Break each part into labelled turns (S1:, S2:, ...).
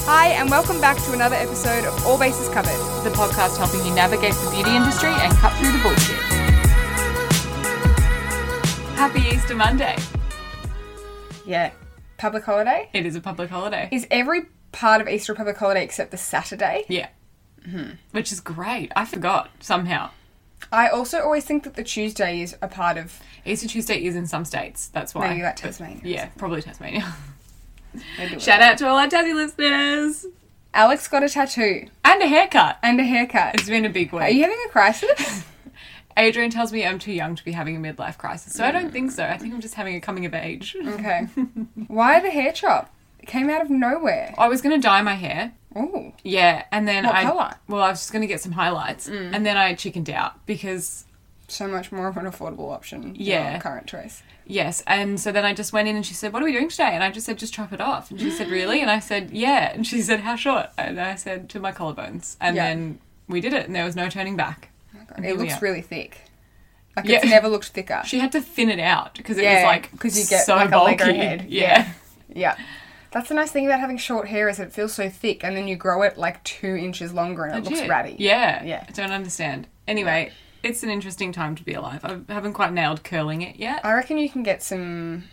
S1: Hi, and welcome back to another episode of All Bases Covered.
S2: the podcast helping you navigate the beauty industry and cut through the bullshit. Happy Easter Monday.
S1: Yeah. Public holiday?
S2: It is a public holiday.
S1: Is every part of Easter a public holiday except the Saturday?
S2: Yeah.
S1: Mm-hmm.
S2: Which is great. I forgot somehow.
S1: I also always think that the Tuesday is a part of.
S2: Easter Tuesday is in some states. That's why.
S1: Maybe like
S2: But-
S1: Tasmania or
S2: Yeah, probably Tasmania.
S1: They do it.
S2: Shout out to all our Tassie listeners.
S1: Alex got a tattoo
S2: And a haircut.
S1: and a haircut.
S2: It's been a big
S1: Are
S2: week.
S1: you having a crisis?
S2: Adrian tells me I'm too young to be having a midlife crisis, so I
S1: Mm.
S2: don't think so. I think I'm just having a coming of age.
S1: Okay. Why the hair chop? It came out of nowhere.
S2: I was going to dye my hair,
S1: Ooh.
S2: Yeah, and then
S1: What
S2: I
S1: colour? Mm.
S2: well, I was just gonna get some highlights, and then I chickened out because
S1: So much more of an affordable option. than
S2: Yeah.
S1: our Current choice.
S2: yes, and so then I just went in and she said, "What are we doing today?" And I just said, "Just chop it off." And she said, "Really?" And I said, "Yeah." And she said, "How short?" And I said, "To my collarbones." And
S1: Yeah.
S2: then we did it, and there was no turning back.
S1: Oh my God.
S2: And here
S1: It
S2: we
S1: looks
S2: are.
S1: really thick. Like it's
S2: Yeah.
S1: never looked thicker.
S2: She had to thin it out because it
S1: Yeah,
S2: was like
S1: 'cause you get
S2: so
S1: like a
S2: bulky.
S1: Lego head.
S2: Yeah.
S1: Yeah. That's the nice thing about having short hair is it feels so thick and then you grow it like two inches longer and it looks
S2: Legit.
S1: ratty.
S2: Yeah,
S1: Yeah.
S2: I don't understand. Anyway, it's an interesting time to be alive. I haven't quite nailed curling it yet.
S1: I reckon you can get some,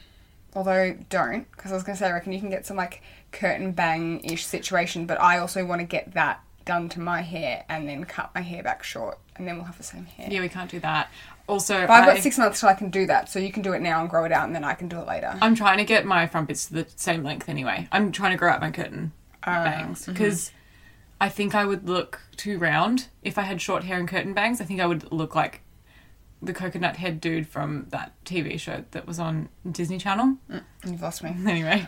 S1: although don't, because I was going to say I reckon you can get some like curtain bang ish situation, but I also want to get that done to my hair and then cut my hair back short and then we'll have the same hair.
S2: yeah, we can't do that. Also,
S1: But I've
S2: I-
S1: got six months till I can do that, so you can do it now and grow it out and then I can do it later.
S2: I'm trying to get my front bits to the same length anyway. I'm trying to grow out my curtain
S1: Ah,
S2: bangs
S1: mm-hmm.
S2: because I think I would look too round if I had short hair and curtain bangs. I think I would look like the coconut head dude from that TV show that was on Disney Channel.
S1: You've lost me.
S2: Anyway,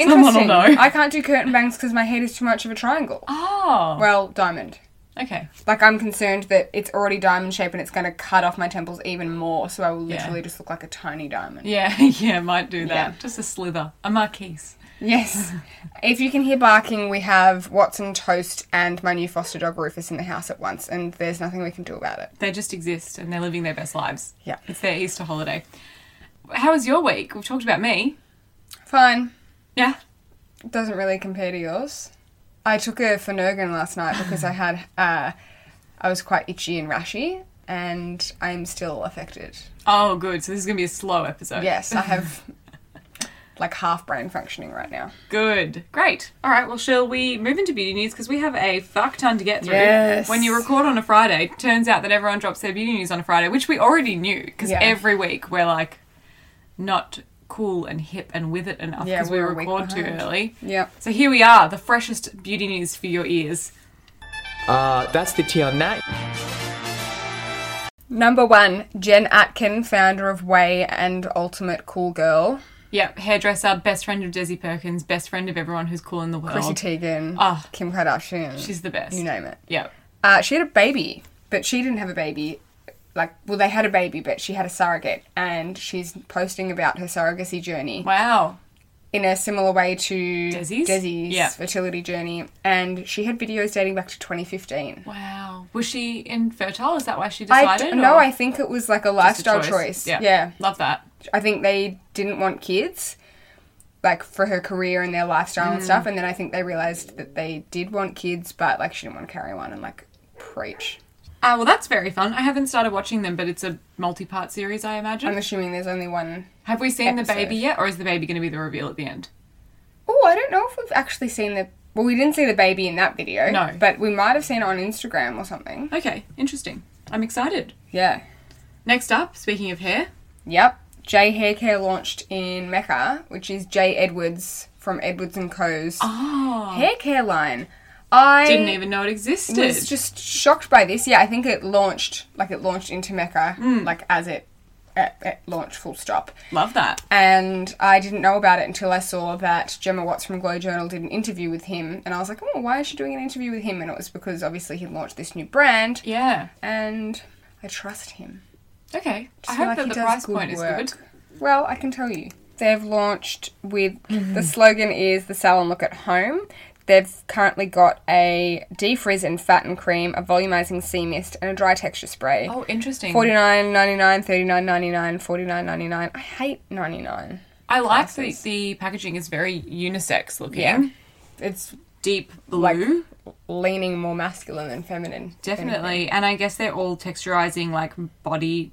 S2: someone will
S1: Mm-hmm. Interesting.
S2: know.
S1: I can't do curtain bangs because my head is too much of a triangle.
S2: oh,
S1: Well, diamond.
S2: okay.
S1: Like I'm concerned that it's already diamond shaped and it's going to cut off my temples even more, so I will
S2: Yeah.
S1: literally just look like a tiny diamond.
S2: Yeah, yeah, might do that.
S1: Yeah.
S2: Just a slither, a marquise.
S1: Yes. if you can hear barking, we have Watson Toast and my new foster dog Rufus in the house at once, and there's nothing we can do about it.
S2: They just exist and they're living their best lives.
S1: Yeah.
S2: it's their Easter holiday. How was your week? We've talked about me.
S1: Fine.
S2: Yeah,
S1: Doesn't really compare to yours. I took a Phenergan last night because I had uh, I was quite itchy and rashy, and I'm still affected.
S2: Oh, good. So this is going to be a slow episode.
S1: Yes, I have like half brain functioning right now.
S2: Good. Great. All right. Well, shall we move into beauty news? Because we have a fuck ton to get through.
S1: Yes.
S2: When you record on a Friday, it turns out that everyone drops their beauty news on a Friday, which we already knew because
S1: Yeah.
S2: every week we're like not cool and hip and with it enough
S1: Yeah,
S2: because we
S1: we're a week
S2: record too
S1: behind.
S2: early.
S1: Yep.
S2: So here we are, the freshest beauty news for your ears.
S3: Uh, that's the tea on that.
S1: Number one, Jen Atkin, founder of Way and Ultimate Cool Girl.
S2: Yep. Hairdresser, best friend of Desi Perkins, best friend of everyone who's cool in the world.
S1: Chrissy Teigen,
S2: Ah.
S1: Kim Kardashian.
S2: She's the best.
S1: You name it.
S2: Yep.
S1: Uh, she had a baby, but she didn't have a baby. Like, well, they had a baby, but she had a surrogate, and she's posting about her surrogacy journey
S2: Wow.
S1: in a similar way to
S2: Desi's?
S1: Desi's
S2: Yeah.
S1: fertility journey. And she had videos dating back to 2015.
S2: Wow. Was she infertile? Is that why she
S1: I
S2: decided?
S1: d- no,
S2: or
S1: I think it was like a
S2: just a
S1: lifestyle choice.
S2: Yeah.
S1: yeah,
S2: Love that.
S1: I think they didn't want kids, like for her career and their lifestyle
S2: Mm.
S1: and stuff. And then I think they realized that they did want kids, but like she didn't want to carry one and like preach.
S2: Ah, well, that's very fun. I haven't started watching them, but it's a multi part series, I imagine.
S1: I'm assuming there's only one.
S2: Have we seen the
S1: episode.
S2: baby yet, or is the baby going to be the reveal at the end?
S1: Oh, I don't know if we've actually seen the. Well, we didn't see the baby in that video.
S2: No.
S1: But we might have seen it on Instagram or something.
S2: Okay, interesting. I'm excited.
S1: Yeah.
S2: Next up, speaking of hair,
S1: Yep. J Hair Care launched in Mecca, which is J Edwards from Edwards and Co.'s
S2: oh,
S1: hair care line. I
S2: didn't even know it existed.
S1: was just shocked by this. Yeah, I think it launched like it launched into Mecca, like as it, it, it launched full stop.
S2: Love that.
S1: And I didn't know about it until I saw that Gemma Watts from Glow Journal did an interview with him, and I was like, oh, why is she doing an interview with him? And it was because obviously he launched this new brand,
S2: Yeah.
S1: and I trust him.
S2: Okay. I
S1: Just
S2: hope
S1: like
S2: that
S1: he
S2: the
S1: does
S2: price
S1: good
S2: point
S1: work.
S2: is good.
S1: Well, I can tell you. They've launched with the slogan is the salon look at home. They've currently got a defrizz and fatten cream, a volumizing sea mist, and a dry texture spray.
S2: Oh, interesting.
S1: Forty nine ninety nine, thirty nine ninety nine, forty nine ninety nine. I hate ninety nine.
S2: I like that the packaging is very unisex looking.
S1: It's
S2: deep blue.
S1: Like, leaning more masculine than feminine. than anything.
S2: Definitely. And I guess they're all texturizing like body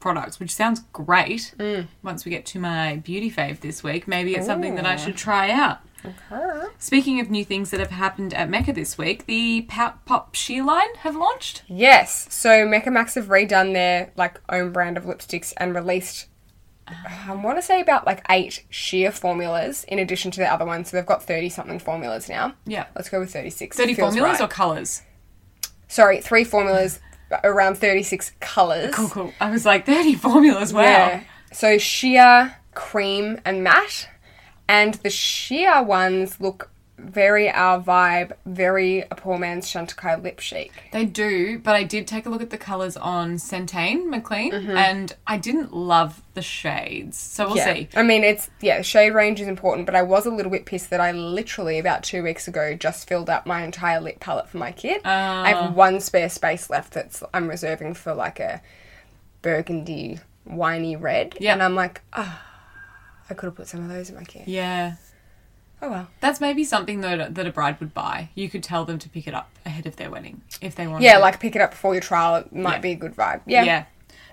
S2: products, which sounds great.
S1: Mm.
S2: Once we get to my beauty fave this week, maybe it's something that I should try out.
S1: Her.
S2: Speaking of new things that have happened at Mecca this week, the Pout Pop Sheer line have launched.
S1: Yes. So Mecca Max have redone their like own brand of lipsticks and released I want to say about like eight sheer formulas in addition to the other ones. So they've got 30 something formulas now.
S2: Yeah.
S1: Let's go with 36.
S2: 30
S1: Feels right.
S2: formulas or colors?
S1: Sorry, three formulas around 36 colors.
S2: Cool, Oh, cool. I was like, 30 formulas, wow.
S1: Yeah. So sheer, cream, and matte. And the sheer ones look very our vibe, very a poor man's Shantakai lip chic.
S2: They do, but I did take a look at the colours on Centane McLean and I didn't love the shades. So we'll
S1: Mm-hmm. Yeah.
S2: see.
S1: I mean, it's yeah, shade range is important, but I was a little bit pissed that I literally about two weeks ago just filled up my entire lip palette for my kid. I
S2: Ah.
S1: have one spare space left that's I'm reserving for like a burgundy winey red,
S2: Yeah.
S1: and I'm like, ah, I could have put some of those in my kid.
S2: Yeah.
S1: Oh well.
S2: That's maybe something that, that a bride would buy. You could tell them to pick it up ahead of their wedding if they wanted.
S1: Yeah,
S2: it.
S1: like pick it up before your trial. It might
S2: Yeah.
S1: be a good vibe.
S2: yeah.
S1: Yeah.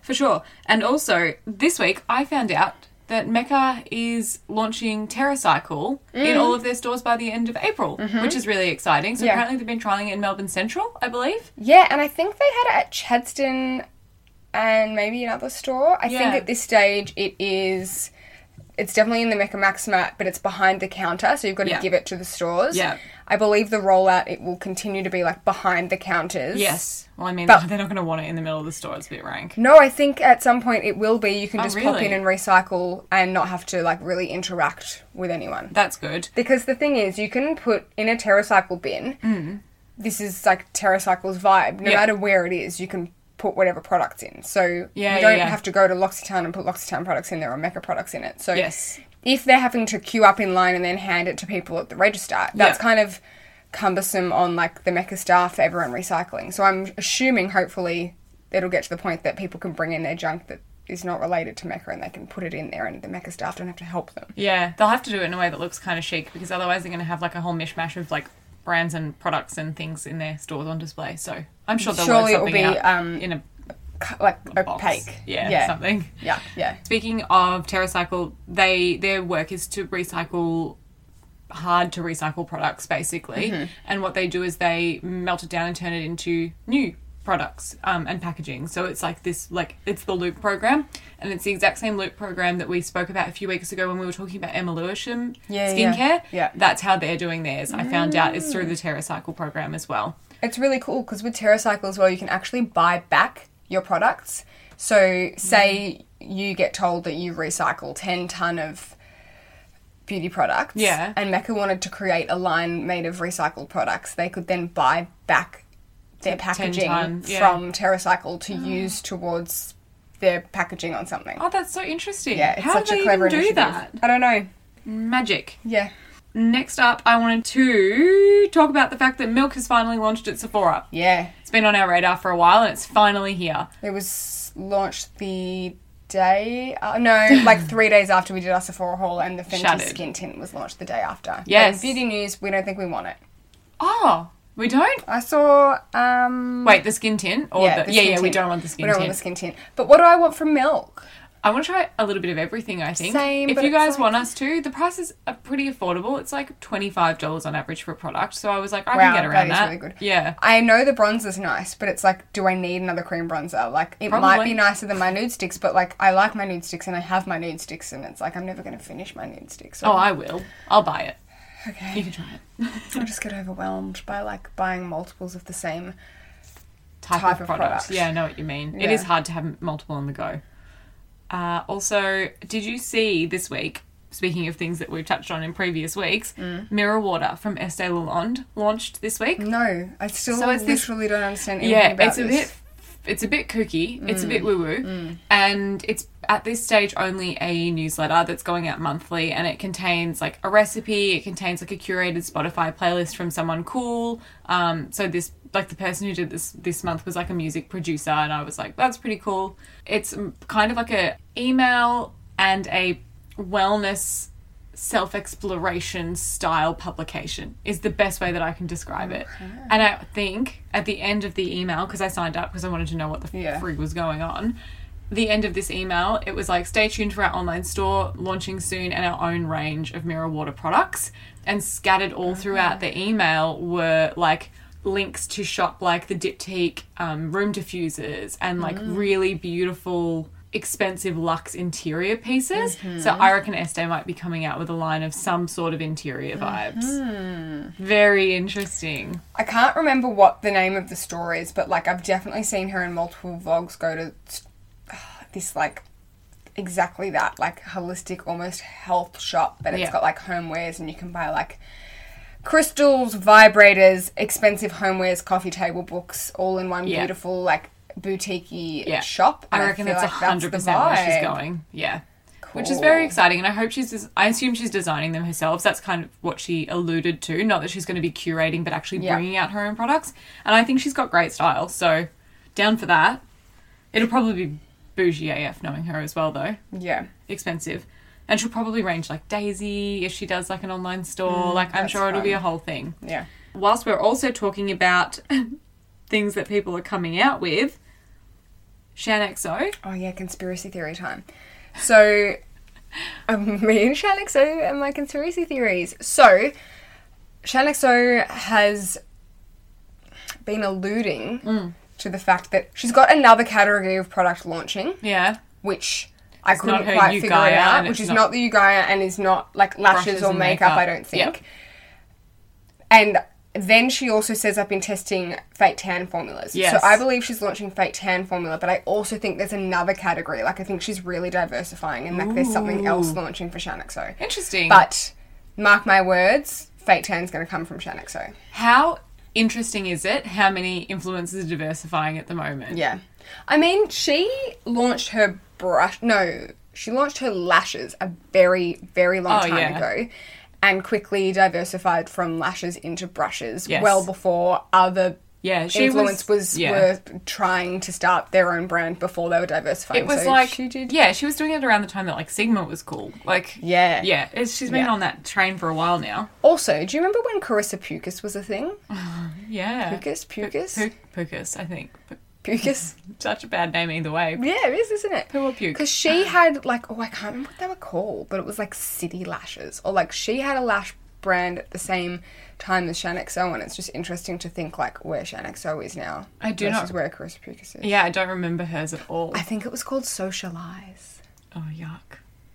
S2: for sure. And also, this week I found out that Mecca is launching TerraCycle in all of their stores by the end of April, which is really exciting. So
S1: Mm. Mm-hmm. Yeah.
S2: apparently they've been trialing it in Melbourne Central, I believe.
S1: Yeah, and I think they had it at Chadstone and maybe another store. I
S2: Yeah.
S1: think at this stage it is. It's definitely in the Mecha Max mat, but it's behind the counter, so you've got to
S2: Yeah.
S1: give it to the stores.
S2: Yeah.
S1: I believe the rollout it will continue to be like behind the counters.
S2: Yes. Well, I mean,
S1: But- Mm.
S2: they're not going to want it in the middle of the store. It's a bit rank.
S1: No, I think at some point it will be. You can just pop
S2: Oh, really?
S1: in and recycle and not have to like really interact with anyone.
S2: That's good.
S1: Because the thing is, you can put in a TerraCycle bin. This is like TerraCycle's vibe. No
S2: Mm. Yeah.
S1: matter where it is, you can put whatever products in. So
S2: Yeah,
S1: you don't
S2: yeah.
S1: have to go to L'Occitane and put L'Occitane products in there or Mecca products in it. So
S2: Yes.
S1: if they're having to queue up in line and then hand it to people at the register, that's
S2: Yeah.
S1: kind of cumbersome on like the Mecca staff for everyone recycling. So I'm assuming hopefully it'll get to the point that people can bring in their junk that is not related to Mecca and they can put it in there and the Mecca staff don't have to help them.
S2: Yeah, they'll have to do it in a way that looks kind of chic because otherwise they're going to have like a whole mishmash of like brands and products and things in their stores on display. So I'm sure they'll
S1: Surely
S2: work
S1: it will
S2: something
S1: be,
S2: out
S1: um,
S2: in a
S1: Cu- Like
S2: box.
S1: opaque.
S2: Yeah,
S1: Yeah.
S2: something.
S1: Yeah, yeah.
S2: Speaking of TerraCycle, they their work is to recycle hard to recycle products basically,
S1: Mm-hmm.
S2: and what they do is they melt it down and turn it into new products um, and packaging. So it's like this, like it's the Loop program, and it's the exact same Loop program that we spoke about a few weeks ago when we were talking about Emma Lewisham
S1: Yeah, yeah,
S2: skincare.
S1: yeah. Mm.
S2: that's how they're doing theirs. I found out is through the TerraCycle program as well.
S1: It's really cool because with TerraCycle as well, you can actually buy back your products. So, say you get told that you recycle 10 ton of beauty products.
S2: Yeah.
S1: And Mecca wanted to create a line made of recycled products. They could then buy back their packaging
S2: ton, yeah. Mm.
S1: from TerraCycle to use towards their packaging on something.
S2: Oh, that's so interesting.
S1: yeah, it's
S2: how
S1: such
S2: do they
S1: a clever
S2: even do
S1: initiative.
S2: that?
S1: I don't know.
S2: Magic.
S1: Yeah.
S2: Next up, I wanted to talk about the fact that Milk has finally launched at Sephora.
S1: Yeah.
S2: It's been on our radar for a while and it's finally here.
S1: It was launched the day, uh, no, like three days after we did our Sephora haul, and the Fenty
S2: Shattered.
S1: skin tint was launched the day after.
S2: Yes.
S1: But beauty news, we don't think we want it.
S2: Oh, we don't?
S1: I saw. um...
S2: Wait, the skin tint? Or the,
S1: the
S2: yeah,
S1: skin
S2: yeah, we
S1: tint.
S2: don't want the skin
S1: We don't
S2: tint.
S1: want the skin tint. But what do I want from milk?
S2: I want to try a little bit of everything, I think.
S1: Same,
S2: if
S1: but
S2: you
S1: it's
S2: guys
S1: like-
S2: want us to, the prices are pretty affordable. It's like $25 on average for a product. So I was like, I
S1: Wow,
S2: can get around
S1: that is
S2: that.
S1: really good.
S2: Yeah.
S1: I know the bronzer's nice, but it's like, do I need another cream bronzer? Like, it might
S2: Probably.
S1: be nicer than my nude sticks, but like, I like my nude sticks and I have my nude sticks, and it's like, I'm never going to finish my nude sticks.
S2: Oh, I will. I'll buy it.
S1: okay.
S2: You can try it.
S1: I just get overwhelmed by like buying multiples of the same.
S2: type,
S1: type
S2: of,
S1: of
S2: product.
S1: product.
S2: Yeah, I know what you mean. It
S1: Yeah.
S2: is hard to have multiple on the go. Uh, also, did you see this week? Speaking of things that we've touched on in previous weeks, Mirror Water from Estee Lalonde launched this week.
S1: No, I still
S2: So it's this-
S1: literally don't understand anything
S2: Yeah,
S1: about
S2: it's a
S1: this.
S2: bit, it's a bit kooky. It's a bit woo woo, and it's at this stage only a newsletter that's going out monthly, and it contains like a recipe. It contains like a curated Spotify playlist from someone cool. Um, so this like the person who did this this month was like a music producer, and I was like, that's pretty cool. It's mm, kind of like a email and a wellness self exploration style publication, is the best way that I can describe it. And I think at the end of the email, because I signed up because I wanted to know what the
S1: Yeah.
S2: frig was going on, the end of this email, it was like, stay tuned for our online store launching soon and our own range of Mirror Water products. And scattered all throughout the email were like, links to shop like the Diptyque um, room diffusers and like
S1: Mm.
S2: really beautiful, expensive luxe interior pieces. So
S1: Mm-hmm.
S2: I reckon Estee might be coming out with a line of some sort of interior
S1: Mm-hmm.
S2: vibes. Very interesting.
S1: I can't remember what the name of the store is, but like I've definitely seen her in multiple vlogs go to this like exactly that like holistic almost health shop, but it's
S2: Yeah.
S1: got like homewares and you can buy like crystals, vibrators, expensive homewares, coffee table books, all in one
S2: Yeah.
S1: beautiful like boutiquey
S2: Yeah.
S1: shop.
S2: I
S1: and
S2: reckon
S1: feel
S2: that's
S1: like
S2: hundred
S1: the
S2: percent where she's
S1: vibe.
S2: going. Yeah. Which is very exciting, and I hope she's. Des- I assume she's designing them herself. That's kind of what she alluded to. Not that she's going to be curating, but actually
S1: Yeah.
S2: bringing out her own products. And I think she's got great style, so down for that. It'll probably be bougie AF knowing her as well, though.
S1: Yeah.
S2: Expensive, and she'll probably range like Daisy if she does like an online store. like I'm
S1: Mm, that's
S2: sure it'll be a
S1: fun.
S2: whole thing
S1: Yeah.
S2: whilst we're also talking about things that people are coming out with, Shan XO.
S1: Oh yeah, conspiracy theory time. So, um, me and Shanixo and my conspiracy theories. So, Shanixo has been alluding to the fact that she's got another category of product launching,
S2: Yeah.
S1: which I couldn't
S2: not her
S1: quite figure
S2: Ugaya,
S1: it out,
S2: and
S1: which
S2: it's
S1: is
S2: not-
S1: not the Ugaya and is not like
S2: Brushes
S1: lashes or
S2: and
S1: makeup,
S2: makeup.
S1: I don't think.
S2: Yep.
S1: And then she also says I've been testing fake tan formulas.
S2: Yes.
S1: So I believe she's launching fake tan formula, but I also think there's another category. Like I think she's really diversifying and like there's something else launching for Shanixo.
S2: Interesting.
S1: But mark my words, fake tan's gonna come from Shanixo.
S2: how interesting is it how many influencers are diversifying at the moment?
S1: Yeah. I mean, she launched her brush. No, she launched her lashes a very, very long
S2: Oh,
S1: time
S2: yeah.
S1: ago and quickly diversified from lashes into brushes
S2: Yes.
S1: well before other.
S2: Yeah, she
S1: influence
S2: was-
S1: was,
S2: yeah.
S1: were trying to start their own brand before they were diversifying.
S2: It was
S1: so
S2: like
S1: she did.
S2: Yeah, she was doing it around the time that like Sigma was cool. Like
S1: Yeah.
S2: Yeah. It's, she's been
S1: Yeah.
S2: on that train for a while now.
S1: Also, do you remember when Carissa Pucas was a thing?
S2: Yeah.
S1: Pucas, Pucas,
S2: Uh-huh. Pu- Pucus, I think. P-
S1: Pucas.
S2: Such a bad name either way.
S1: Yeah, it is, isn't it?
S2: Who Ah. will puke?
S1: Because she had like oh I can't remember what they were called, but it was like City Lashes or like she had a lash brand at the same time as Shanxo, and it's just interesting to think like where Shanxo is now.
S2: I do
S1: versus
S2: not-
S1: where Carissa Pucas is.
S2: Yeah, I don't remember hers at all.
S1: I think it was called Socialize.
S2: Oh yuck.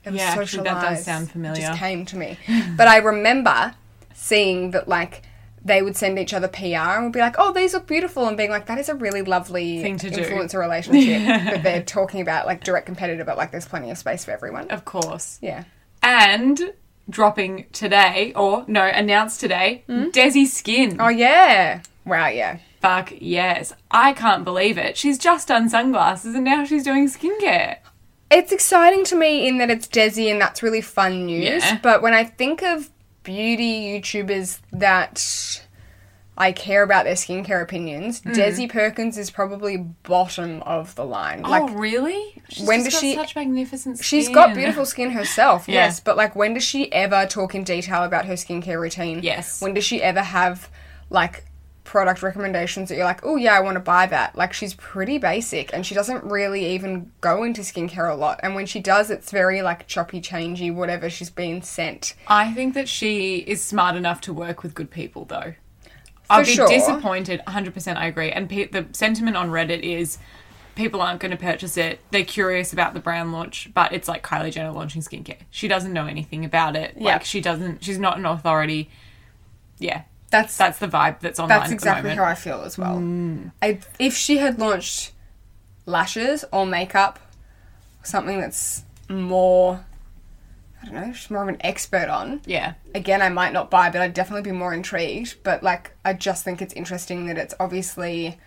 S1: It was
S2: yeah, actually
S1: Socialize.
S2: that does sound
S1: It
S2: familiar.
S1: just came to me, but I remember seeing that like. They would send each other PR and would be like, "Oh, these look beautiful," and being like, "That is a really lovely
S2: Thing to do.
S1: influencer relationship." but they're talking about like direct competitor, but like there's plenty of space for everyone.
S2: Of course.
S1: Yeah.
S2: and dropping today or no announced today
S1: Hmm?
S2: desi skin
S1: Oh yeah. Wow, yeah.
S2: fuck yes i can't believe it she's just done sunglasses and now she's doing skincare
S1: It's exciting to me in that it's Desi and that's really fun news.
S2: Yeah.
S1: But when I think of beauty YouTubers that I care about their skincare opinions,
S2: Mm.
S1: Desi Perkins is probably bottom of the line.
S2: oh
S1: like
S2: really she's
S1: when
S2: just
S1: does
S2: got
S1: she-
S2: such magnificent skin.
S1: She's got beautiful skin herself,
S2: Yeah.
S1: yes, but like when does she ever talk in detail about her skincare routine?
S2: Yes.
S1: When does she ever have like product recommendations that you're like, "Oh yeah, I want to buy that." Like she's pretty basic and she doesn't really even go into skincare a lot. And when she does, it's very like choppy changey whatever she's been sent.
S2: i think that she is smart enough to work with good people though i'd be
S1: sure.
S2: disappointed 100% i agree and pe- the sentiment on reddit is people aren't going to purchase it they're curious about the brand launch but it's like kylie jenner launching skincare she doesn't know anything about it
S1: Yeah.
S2: like she doesn't she's not an authority yeah
S1: That's
S2: that's the vibe that's online
S1: that's
S2: at the
S1: exactly
S2: moment. Mm.
S1: how I feel as well. I, if she had launched lashes or makeup, something that's more I don't know, she's more of an expert on.
S2: Yeah,
S1: again I might not buy, but I'd definitely be more intrigued. But like, I just think it's interesting that it's obviously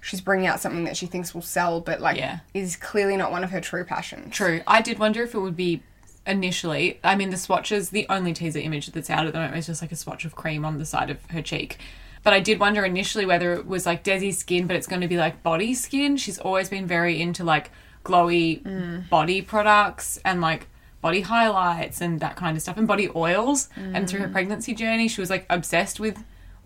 S1: she's bringing out something that she thinks will sell, but like
S2: Yeah.
S1: is clearly not one of her true passions.
S2: true. I did wonder if it would be initially. I mean, the swatches, the only teaser image that's out at the moment is just like a swatch of cream on the side of her cheek. But I did wonder initially whether it was like Desi's skin, but it's going to be like body skin. She's always been very into like glowy body products and like body highlights and that kind of stuff and body oils. And through her pregnancy journey, she was like obsessed with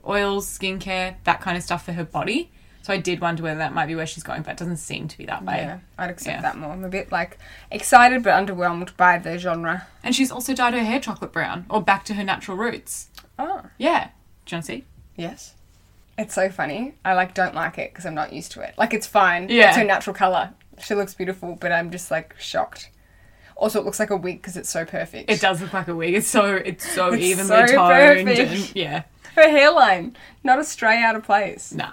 S2: oils, skincare, that kind of stuff for her body. So I did wonder whether that might be where she's going, but it doesn't seem to be that way.
S1: Yeah, I'd accept
S2: Yeah.
S1: that more. I'm a bit like excited but underwhelmed by the genre.
S2: And she's also dyed her hair chocolate brown or back to her natural roots.
S1: Oh,
S2: Yeah. Do you want to see?
S1: yes. It's so funny. I like don't like it because I'm not used to it. Like it's fine.
S2: Yeah.
S1: It's her natural color. She looks beautiful, but I'm just like shocked. Also, it looks like a wig because it's so perfect.
S2: It does look like a wig. It's so it's so
S1: It's
S2: evenly
S1: so
S2: toned.
S1: perfect.
S2: And, yeah.
S1: Her hairline, not a stray out of place.
S2: Nah.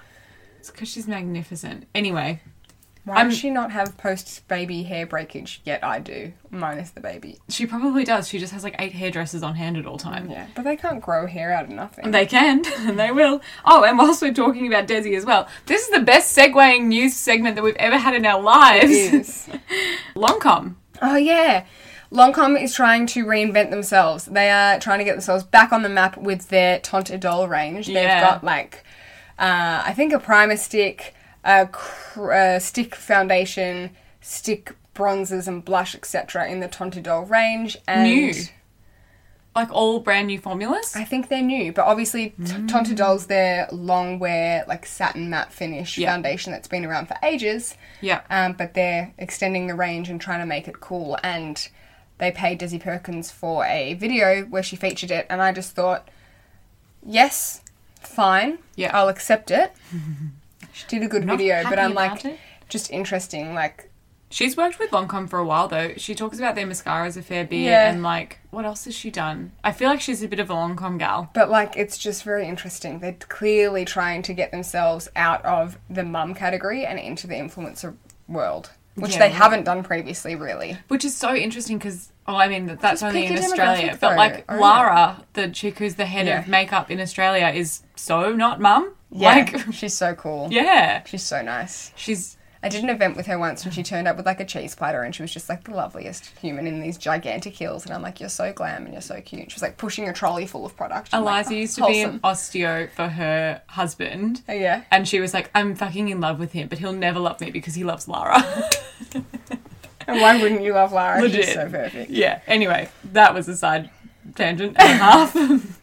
S2: It's because she's magnificent. Anyway,
S1: Why
S2: I'm-
S1: does she not have post baby hair breakage? Yet I do, minus the baby.
S2: she probably does. She just has like eight hairdressers on hand at all time.
S1: Yeah, but they can't grow hair out of nothing.
S2: They can, and they will. Oh, and whilst we're talking about Desi as well, this is the best segueing news segment that we've ever had in our lives.
S1: Yes.
S2: Longcom.
S1: Oh yeah. Longcom is trying to reinvent themselves. They are trying to get themselves back on the map with their Tante Doll range.
S2: Yeah.
S1: They've got like, uh, I think a primer stick, a, cr- a stick foundation, stick bronzers and blush, etc. in the Tante Doll range. And
S2: New. Like all brand new formulas.
S1: I think they're new, but obviously t-
S2: Mm.
S1: Tonta Doll's their long wear, like satin matte finish
S2: Yeah.
S1: foundation that's been around for ages.
S2: Yeah.
S1: Um, but they're extending the range and trying to make it cool. And they paid Desi Perkins for a video where she featured it, and I just thought, yes, fine,
S2: Yeah.
S1: I'll accept it. she did a good
S2: Not
S1: video,
S2: happy
S1: but I'm
S2: about
S1: like,
S2: it.
S1: just interesting, like
S2: She's worked with Lancome for a while though. She talks about their mascaras a fair bit
S1: Yeah.
S2: and like what else has she done? I feel like she's a bit of a Lancome gal.
S1: But like, it's just very interesting. They're clearly trying to get themselves out of the mum category and into the influencer world, which
S2: Yeah,
S1: they
S2: right.
S1: haven't done previously, really.
S2: Which is so interesting because, oh, I mean, that, that's
S1: Just
S2: only
S1: pick
S2: in
S1: your
S2: Australia.
S1: demographic,
S2: But
S1: though.
S2: like
S1: Own it.
S2: Lara, the chick who's the head
S1: Yeah.
S2: of makeup in Australia, is so not mum.
S1: Yeah,
S2: Like,
S1: she's so cool.
S2: yeah.
S1: She's so nice.
S2: She's,
S1: I did an event with her once and she turned up with like a cheese platter and she was just like the loveliest human in these gigantic heels. And I'm like, you're so glam and you're so cute. She was like pushing a trolley full of product. I'm like,
S2: Eliza used to
S1: "Oh,
S2: be an osteo for her husband.
S1: wholesome." Yeah.
S2: And she was like, I'm fucking in love with him, but he'll never love me because he loves Lara.
S1: And why wouldn't you love Lara?
S2: Legit.
S1: She's so perfect.
S2: yeah. Anyway, that was a side tangent and a half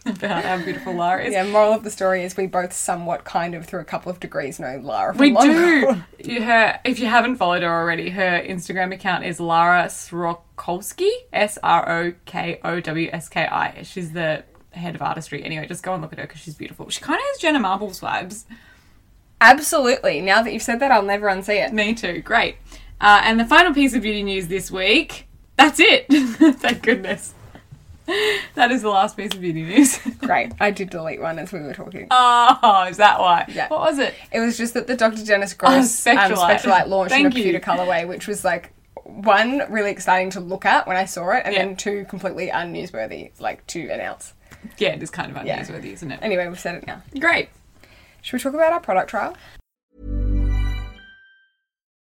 S2: about how beautiful Lara is.
S1: Yeah, moral of the story is we both somewhat kind of through a couple of degrees know Lara. From
S2: We
S1: Longcom.
S2: do. You- Her, if you haven't followed her already, her Instagram account is Lara Srokolski, S R O K O W S K I. She's the head of artistry. Anyway, just go and look at her because she's beautiful. She kind of has Jenna Marbles vibes.
S1: Absolutely. Now that you've said that, I'll never unsee it.
S2: Me too. Great. Uh, and the final piece of beauty news this week. That's it. Thank goodness. That is the last piece of beauty news.
S1: Great. I did delete one as we were talking.
S2: oh, is that why?
S1: Yeah.
S2: What was it?
S1: It was just that the Dr. Dennis Gross um,
S2: Spectralite.
S1: Spectralite launched in a
S2: Oh, Thank you.
S1: pewter colorway, which was like one really exciting to look at when I saw it, and
S2: Yeah.
S1: then two completely unnewsworthy, like to announce.
S2: Yeah, it is kind of
S1: Yeah.
S2: unnewsworthy, isn't it?
S1: Anyway, we've said it now.
S2: Great.
S1: Should we talk about our product trial?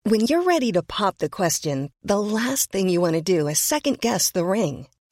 S4: When you're ready to pop the question, the last thing you want to do is second guess the ring.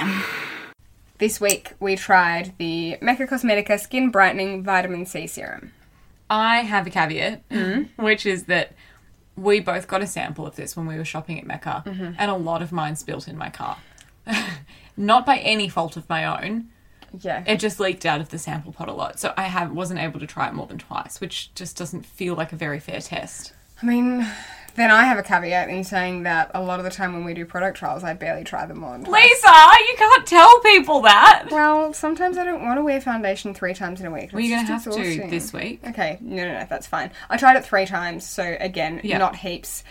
S5: am.
S1: This week we tried the Mecca Cosmetica Skin Brightening Vitamin C Serum.
S2: I have a caveat,
S1: Mm-hmm.
S2: which is that we both got a sample of this when we were shopping at Mecca,
S1: Mm-hmm.
S2: and a lot of mine spilt in my car. Not by any fault of my own,
S1: Yeah.
S2: It just leaked out of the sample pot a lot, so I have wasn't able to try it more than twice, which just doesn't feel like a very fair test.
S1: I mean, then I have a caveat in saying that a lot of the time when we do product trials, I barely try them on.
S2: Lisa, you can't tell people that.
S1: Well, sometimes I don't want to wear foundation three times in a week.
S2: Well, you're gonna
S1: It's
S2: have
S1: just
S2: to
S1: exhausting.
S2: this week.
S1: Okay, no, no, no, that's fine. I tried it three times, so again,
S2: Yeah.
S1: not heaps,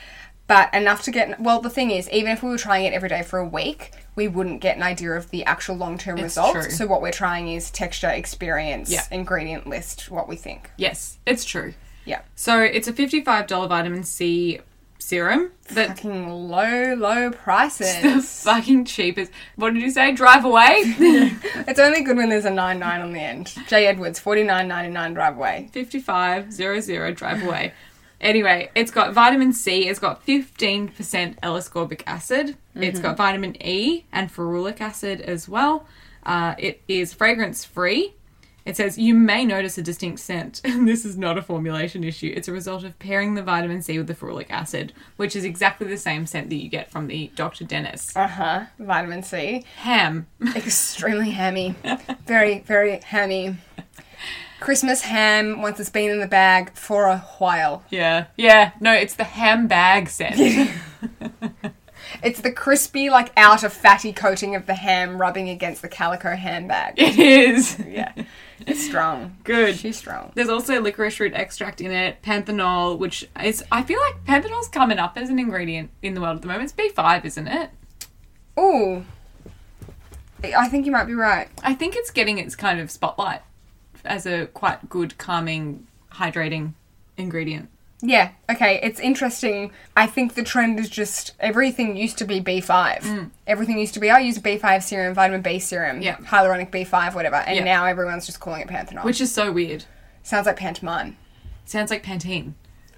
S1: but enough to get. Well, the thing is, even if we were trying it every day for a week, we wouldn't get an idea of the actual long term results.
S2: true.
S1: So, what we're trying is texture, experience,
S2: Yeah.
S1: ingredient list, what we think.
S2: Yes, it's true.
S1: Yeah.
S2: So it's a fifty-five dollar vitamin C serum that
S1: Fucking low, low
S2: the
S1: prices.
S2: fucking cheapest. What did you say? Drive away.
S1: it's only good when there's a nine nine on the end. J. Edwards, forty nine ninety nine driveway.
S2: Fifty-five zero zero. Drive away. Anyway, it's got vitamin C. It's got fifteen percent L-ascorbic acid. It's got vitamin E and ferulic acid as well. Uh, it is fragrance free. It says you may notice a distinct scent. this is not a formulation issue. It's a result of pairing the vitamin C with the ferulic acid, which is exactly the same scent that you get from the Dr. Dennis.
S1: Uh huh. Vitamin C.
S2: Ham.
S1: extremely hammy. Very, very hammy. Christmas ham, once it's been in the bag for a while.
S2: Yeah. Yeah. No, it's the ham bag scent.
S1: It's the crispy, like outer fatty coating of the ham rubbing against the calico handbag.
S2: it is.
S1: Yeah. It's strong.
S2: Good.
S1: She's strong.
S2: There's also licorice root extract in it, panthenol, which is I feel like panthenol's coming up as an ingredient in the world at the moment. It's B5, isn't it?
S1: Ooh. I think you might be right.
S2: I think it's getting its kind of spotlight as a quite good calming, hydrating ingredient.
S1: Yeah, okay, it's interesting. I think the trend is just everything used to be B5. Everything used to be, I use B5 serum, vitamin B serum,
S2: Mm. Yeah.
S1: hyaluronic B5, whatever, and
S2: Yeah.
S1: now everyone's just calling it Panthenol.
S2: Which is so weird.
S1: Sounds like pantomime.
S2: Sounds like Pantene.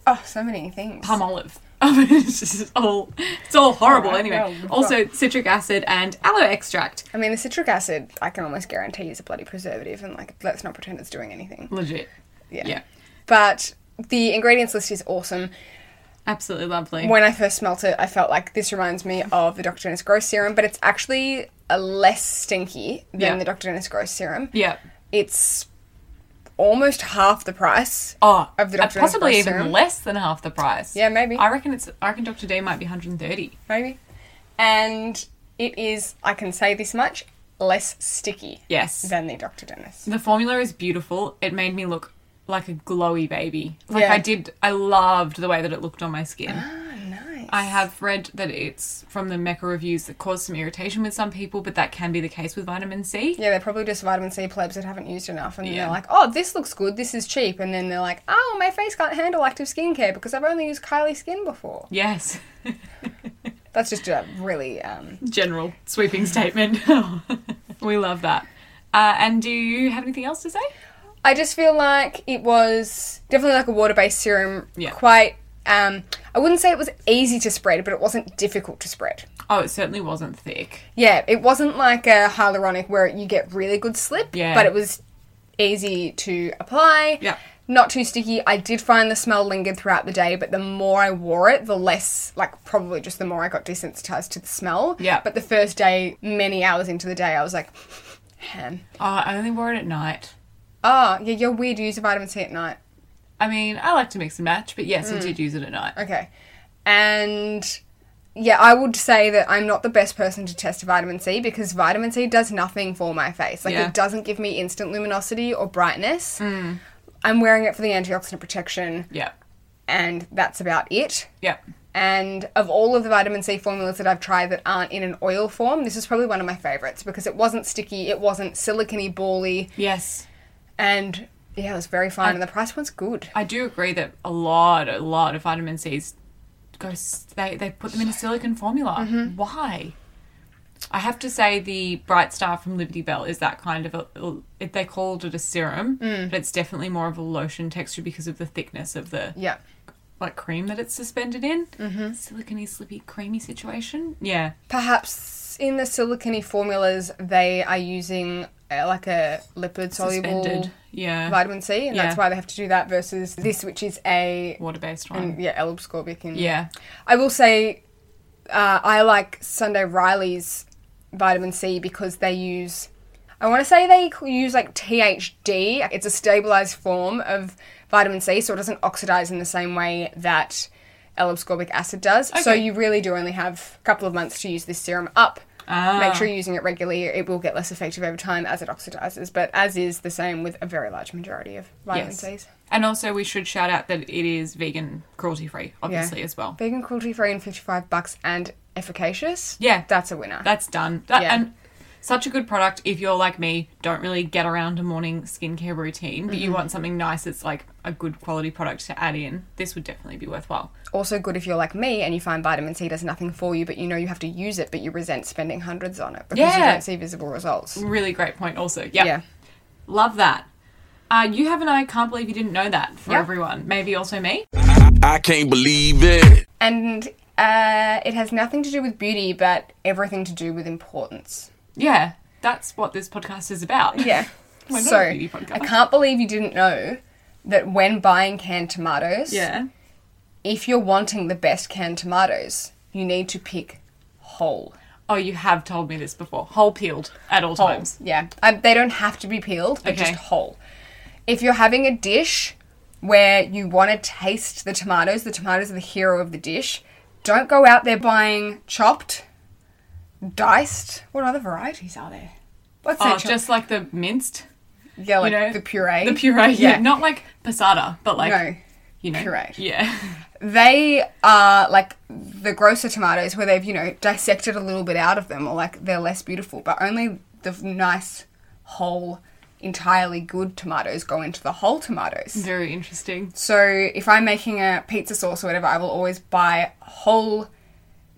S1: Oh, so many things.
S2: Palm olive. Oh, it's just all it's all horrible
S1: Alright,
S2: anyway.
S1: well,
S2: also citric acid and aloe extract.
S1: I mean, the citric acid, I can almost guarantee, is a bloody preservative, and like, let's not pretend it's doing anything.
S2: Legit.
S1: Yeah.
S2: Yeah.
S1: But the ingredients list is awesome.
S2: Absolutely lovely.
S1: When I first smelt it, I felt like this reminds me of the Dr. Dennis Gross serum, but it's actually a less stinky than
S2: Yeah.
S1: the Dr. Dennis Gross serum.
S2: yeah.
S1: It's almost half the price
S2: Oh,
S1: of the
S2: uh,
S1: Dr. Dennis
S2: possibly
S1: Gross
S2: even
S1: serum.
S2: less than half the price.
S1: Yeah, maybe.
S2: I reckon it's. I reckon Dr. D might be 130.
S1: maybe. And it is, I can say this much, less sticky
S2: Yes.
S1: than the Dr. Dennis.
S2: the formula is beautiful. It made me look like a glowy baby. Like
S1: Yeah. Ah,
S2: I did. I loved the way that it looked on my skin.
S1: Nice.
S2: I have read that it's from the Mecca reviews that caused some irritation with some people, but that can be the case with vitamin C.
S1: Yeah, they're probably just vitamin C plebs that haven't used enough, and then
S2: Yeah.
S1: they're like, "Oh, this looks good. This is cheap," and then they're like, "Oh, my face can't handle active skincare because I've only used Kylie Skin before."
S2: Yes.
S1: That's just a really um,
S2: General sweeping statement. we love that. Uh, and do you have anything else to say?
S1: I just feel like it was definitely like a water based serum.
S2: Yeah.
S1: Quite. Um, I wouldn't say it was easy to spread, but it wasn't difficult to spread.
S2: Oh, it certainly wasn't thick.
S1: Yeah, it wasn't like a hyaluronic where you get really good slip,
S2: Yeah.
S1: but it was easy to apply.
S2: Yeah.
S1: Not too sticky. I did find the smell lingered throughout the day, but the more I wore it, the less, like, probably just the more I got desensitized to the smell.
S2: Yeah.
S1: But the first day, many hours into the day, I was like, ham.
S2: Oh, I only wore it at night.
S1: Oh, yeah, you're weird. You use a vitamin C at night.
S2: I mean, I like to mix and match, but yes, I did use it at night.
S1: Okay. And yeah, I would say that I'm not the best person to test vitamin C because vitamin C does nothing for my face. Like
S2: Yeah.
S1: it doesn't give me instant luminosity or brightness. I'm wearing it for the antioxidant protection
S2: Yeah.
S1: and that's about it.
S2: Yeah.
S1: And of all of the vitamin C formulas that I've tried that aren't in an oil form, this is probably one of my favorites because it wasn't sticky, it wasn't silicony bally,
S2: Yes.
S1: and yeah, it was very fine and the price one's good.
S2: I do agree that a lot, a lot of vitamin C's go, s- they, they put them in a silicon formula. Why? I have to say the Bright Star from Liberty Bell is that kind of a, a- they called it a serum, but it's definitely more of a lotion texture because of the thickness of the
S1: Yeah.
S2: like cream that it's suspended in. Mm-hmm. Silicony, slippy, creamy situation. Yeah.
S1: perhaps in the silicone formulas they are using uh, like a lipid soluble
S2: Suspended. Yeah.
S1: vitamin C and that's
S2: Yeah.
S1: why they have to do that versus this which is a
S2: Water based one.
S1: and yeah L-ascorbic and
S2: yeah.
S1: I will say uh, I like Sunday Riley's vitamin C because they use I want to say they c- use like THD. It's a stabilized form of vitamin C, so it doesn't oxidize in the same way that L-ascorbic acid does. So
S2: Okay.
S1: you really do only have a couple of months to use this serum up.
S2: Ah.
S1: Make sure you're using it regularly. It will get less effective over time as it oxidizes, but as is the same with a very large majority of vitamin
S2: Yes.
S1: Cs.
S2: And also, we should shout out that it is vegan, cruelty free, obviously, as well.
S1: Vegan cruelty free and 55 bucks and efficacious.
S2: Yeah.
S1: That's a winner.
S2: That's done. That,
S1: Yeah.
S2: And such a good product if you're like me, don't really get around a morning skincare routine, but you want something nice that's like a good quality product to add in. This would definitely be worthwhile.
S1: also good if you're like me and you find vitamin C does nothing for you, but you know you have to use it, but you resent spending hundreds on it because you
S2: Yeah.
S1: don't see visible results.
S2: Really great point, also. Yeah.
S1: Yeah.
S2: Love that. Uh, you have and I can't believe you didn't know that for
S1: Yeah.
S2: everyone. Maybe also me.
S6: I can't believe it.
S1: And uh, it has nothing to do with beauty, but everything to do with importance.
S2: Yeah. That's what this podcast is about.
S1: Yeah.
S2: We're not
S1: so
S2: a beauty podcast.
S1: I can't believe you didn't know that when buying canned tomatoes,
S2: Yeah.
S1: if you're wanting the best canned tomatoes, you need to pick whole.
S2: Oh, you have told me this before. Whole peeled at all
S1: whole.
S2: times.
S1: Yeah, um, they don't have to be peeled, but
S2: Okay.
S1: just whole. If you're having a dish where you want to taste the tomatoes, the tomatoes are the hero of the dish. Don't go out there buying chopped, diced. What other varieties are there? What's
S2: Oh,
S1: that? chop-
S2: just like the minced,
S1: yeah, like
S2: you know,
S1: the puree.
S2: The puree, yeah.
S1: Yeah.
S2: Not like passata, but like
S1: No.
S2: you know,
S1: puree.
S2: Yeah,
S1: They are like the grosser tomatoes where they've, you know, dissected a little bit out of them or like they're less beautiful, but only the nice, whole, entirely good tomatoes go into the whole tomatoes.
S2: very interesting.
S1: So if I'm making a pizza sauce or whatever, I will always buy whole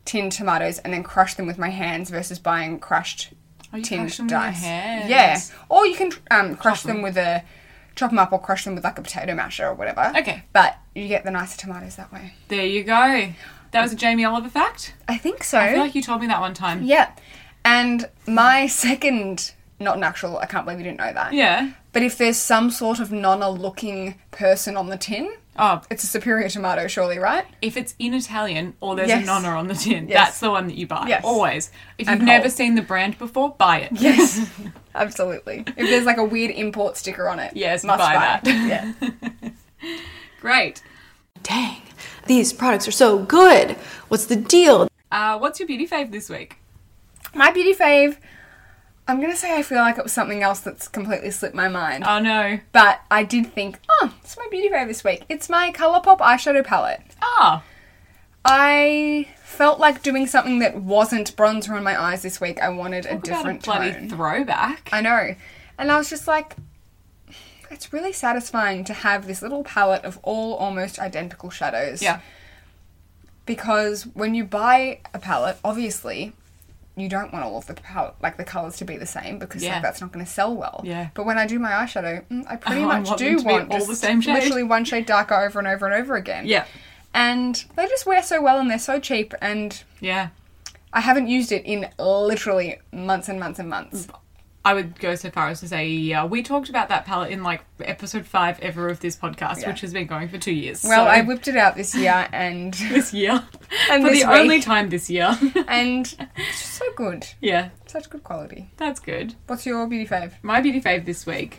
S1: tinned tomatoes and then crush them with my hands versus buying crushed
S2: Oh, you
S1: tinned
S2: crush them with your
S1: dice.
S2: hands.
S1: Yeah, or you can um, crush them with a chop them up or crush them with like a potato masher or whatever.
S2: Okay.
S1: but you get the nicer tomatoes that way.
S2: There you go. That was a Jamie Oliver fact.
S1: I think so.
S2: I feel like you told me that one time.
S1: yeah, and my second. Not an actual, I can't believe you didn't know that.
S2: Yeah.
S1: But if there's some sort of nonna looking person on the tin,
S2: Oh,
S1: it's a superior tomato, surely, right?
S2: if it's in Italian or there's
S1: Yes.
S2: a nonna on the tin,
S1: Yes.
S2: that's the one that you buy.
S1: Yes.
S2: Always. If you've
S1: And
S2: never
S1: whole.
S2: seen the brand before, buy it.
S1: Yes, absolutely. If there's like a weird import sticker on it,
S2: Yes, buy
S1: it.
S2: that.
S1: Yeah.
S2: Great.
S7: Dang, these products are so good. What's the deal?
S2: Uh, what's your beauty fave this week?
S1: My beauty fave. I'm gonna say I feel like it was something else that's completely slipped my mind,
S2: Oh no.
S1: but I did think, oh, it's my beauty fave this week. It's my ColourPop eyeshadow palette.
S2: Ah.
S1: I felt like doing something that wasn't bronzer on my eyes this week. I wanted a
S2: Talk about Oh a
S1: different
S2: bloody
S1: tone.
S2: throwback.
S1: I know. And I was just like, it's really satisfying to have this little palette of all almost identical shadows.
S2: Yeah.
S1: Because when you buy a palette, obviously, you don't want all of the palette, like the colors to be the same because
S2: Yeah.
S1: like that's not going to sell well.
S2: Yeah.
S1: But when I do my eyeshadow, mm, I pretty
S2: I
S1: much
S2: want them
S1: do
S2: to be
S1: want
S2: all the
S1: just
S2: same shade.
S1: literally one shade darker over and over and over again.
S2: Yeah.
S1: And they just wear so well and they're so cheap and
S2: Yeah.
S1: I haven't used it in literally months and months and months.
S2: Mm, I would go so far as to say, yeah, we talked about that palette in like episode five ever of this podcast,
S1: Yeah.
S2: which has been going for two years.
S1: Well,
S2: So-
S1: I whipped it out this year and
S2: this year
S1: And
S2: for
S1: this
S2: the only
S1: week.
S2: time this year.
S1: and it's just so good.
S2: yeah,
S1: Such good quality.
S2: that's good.
S1: What's your beauty fave?
S2: My beauty fave this week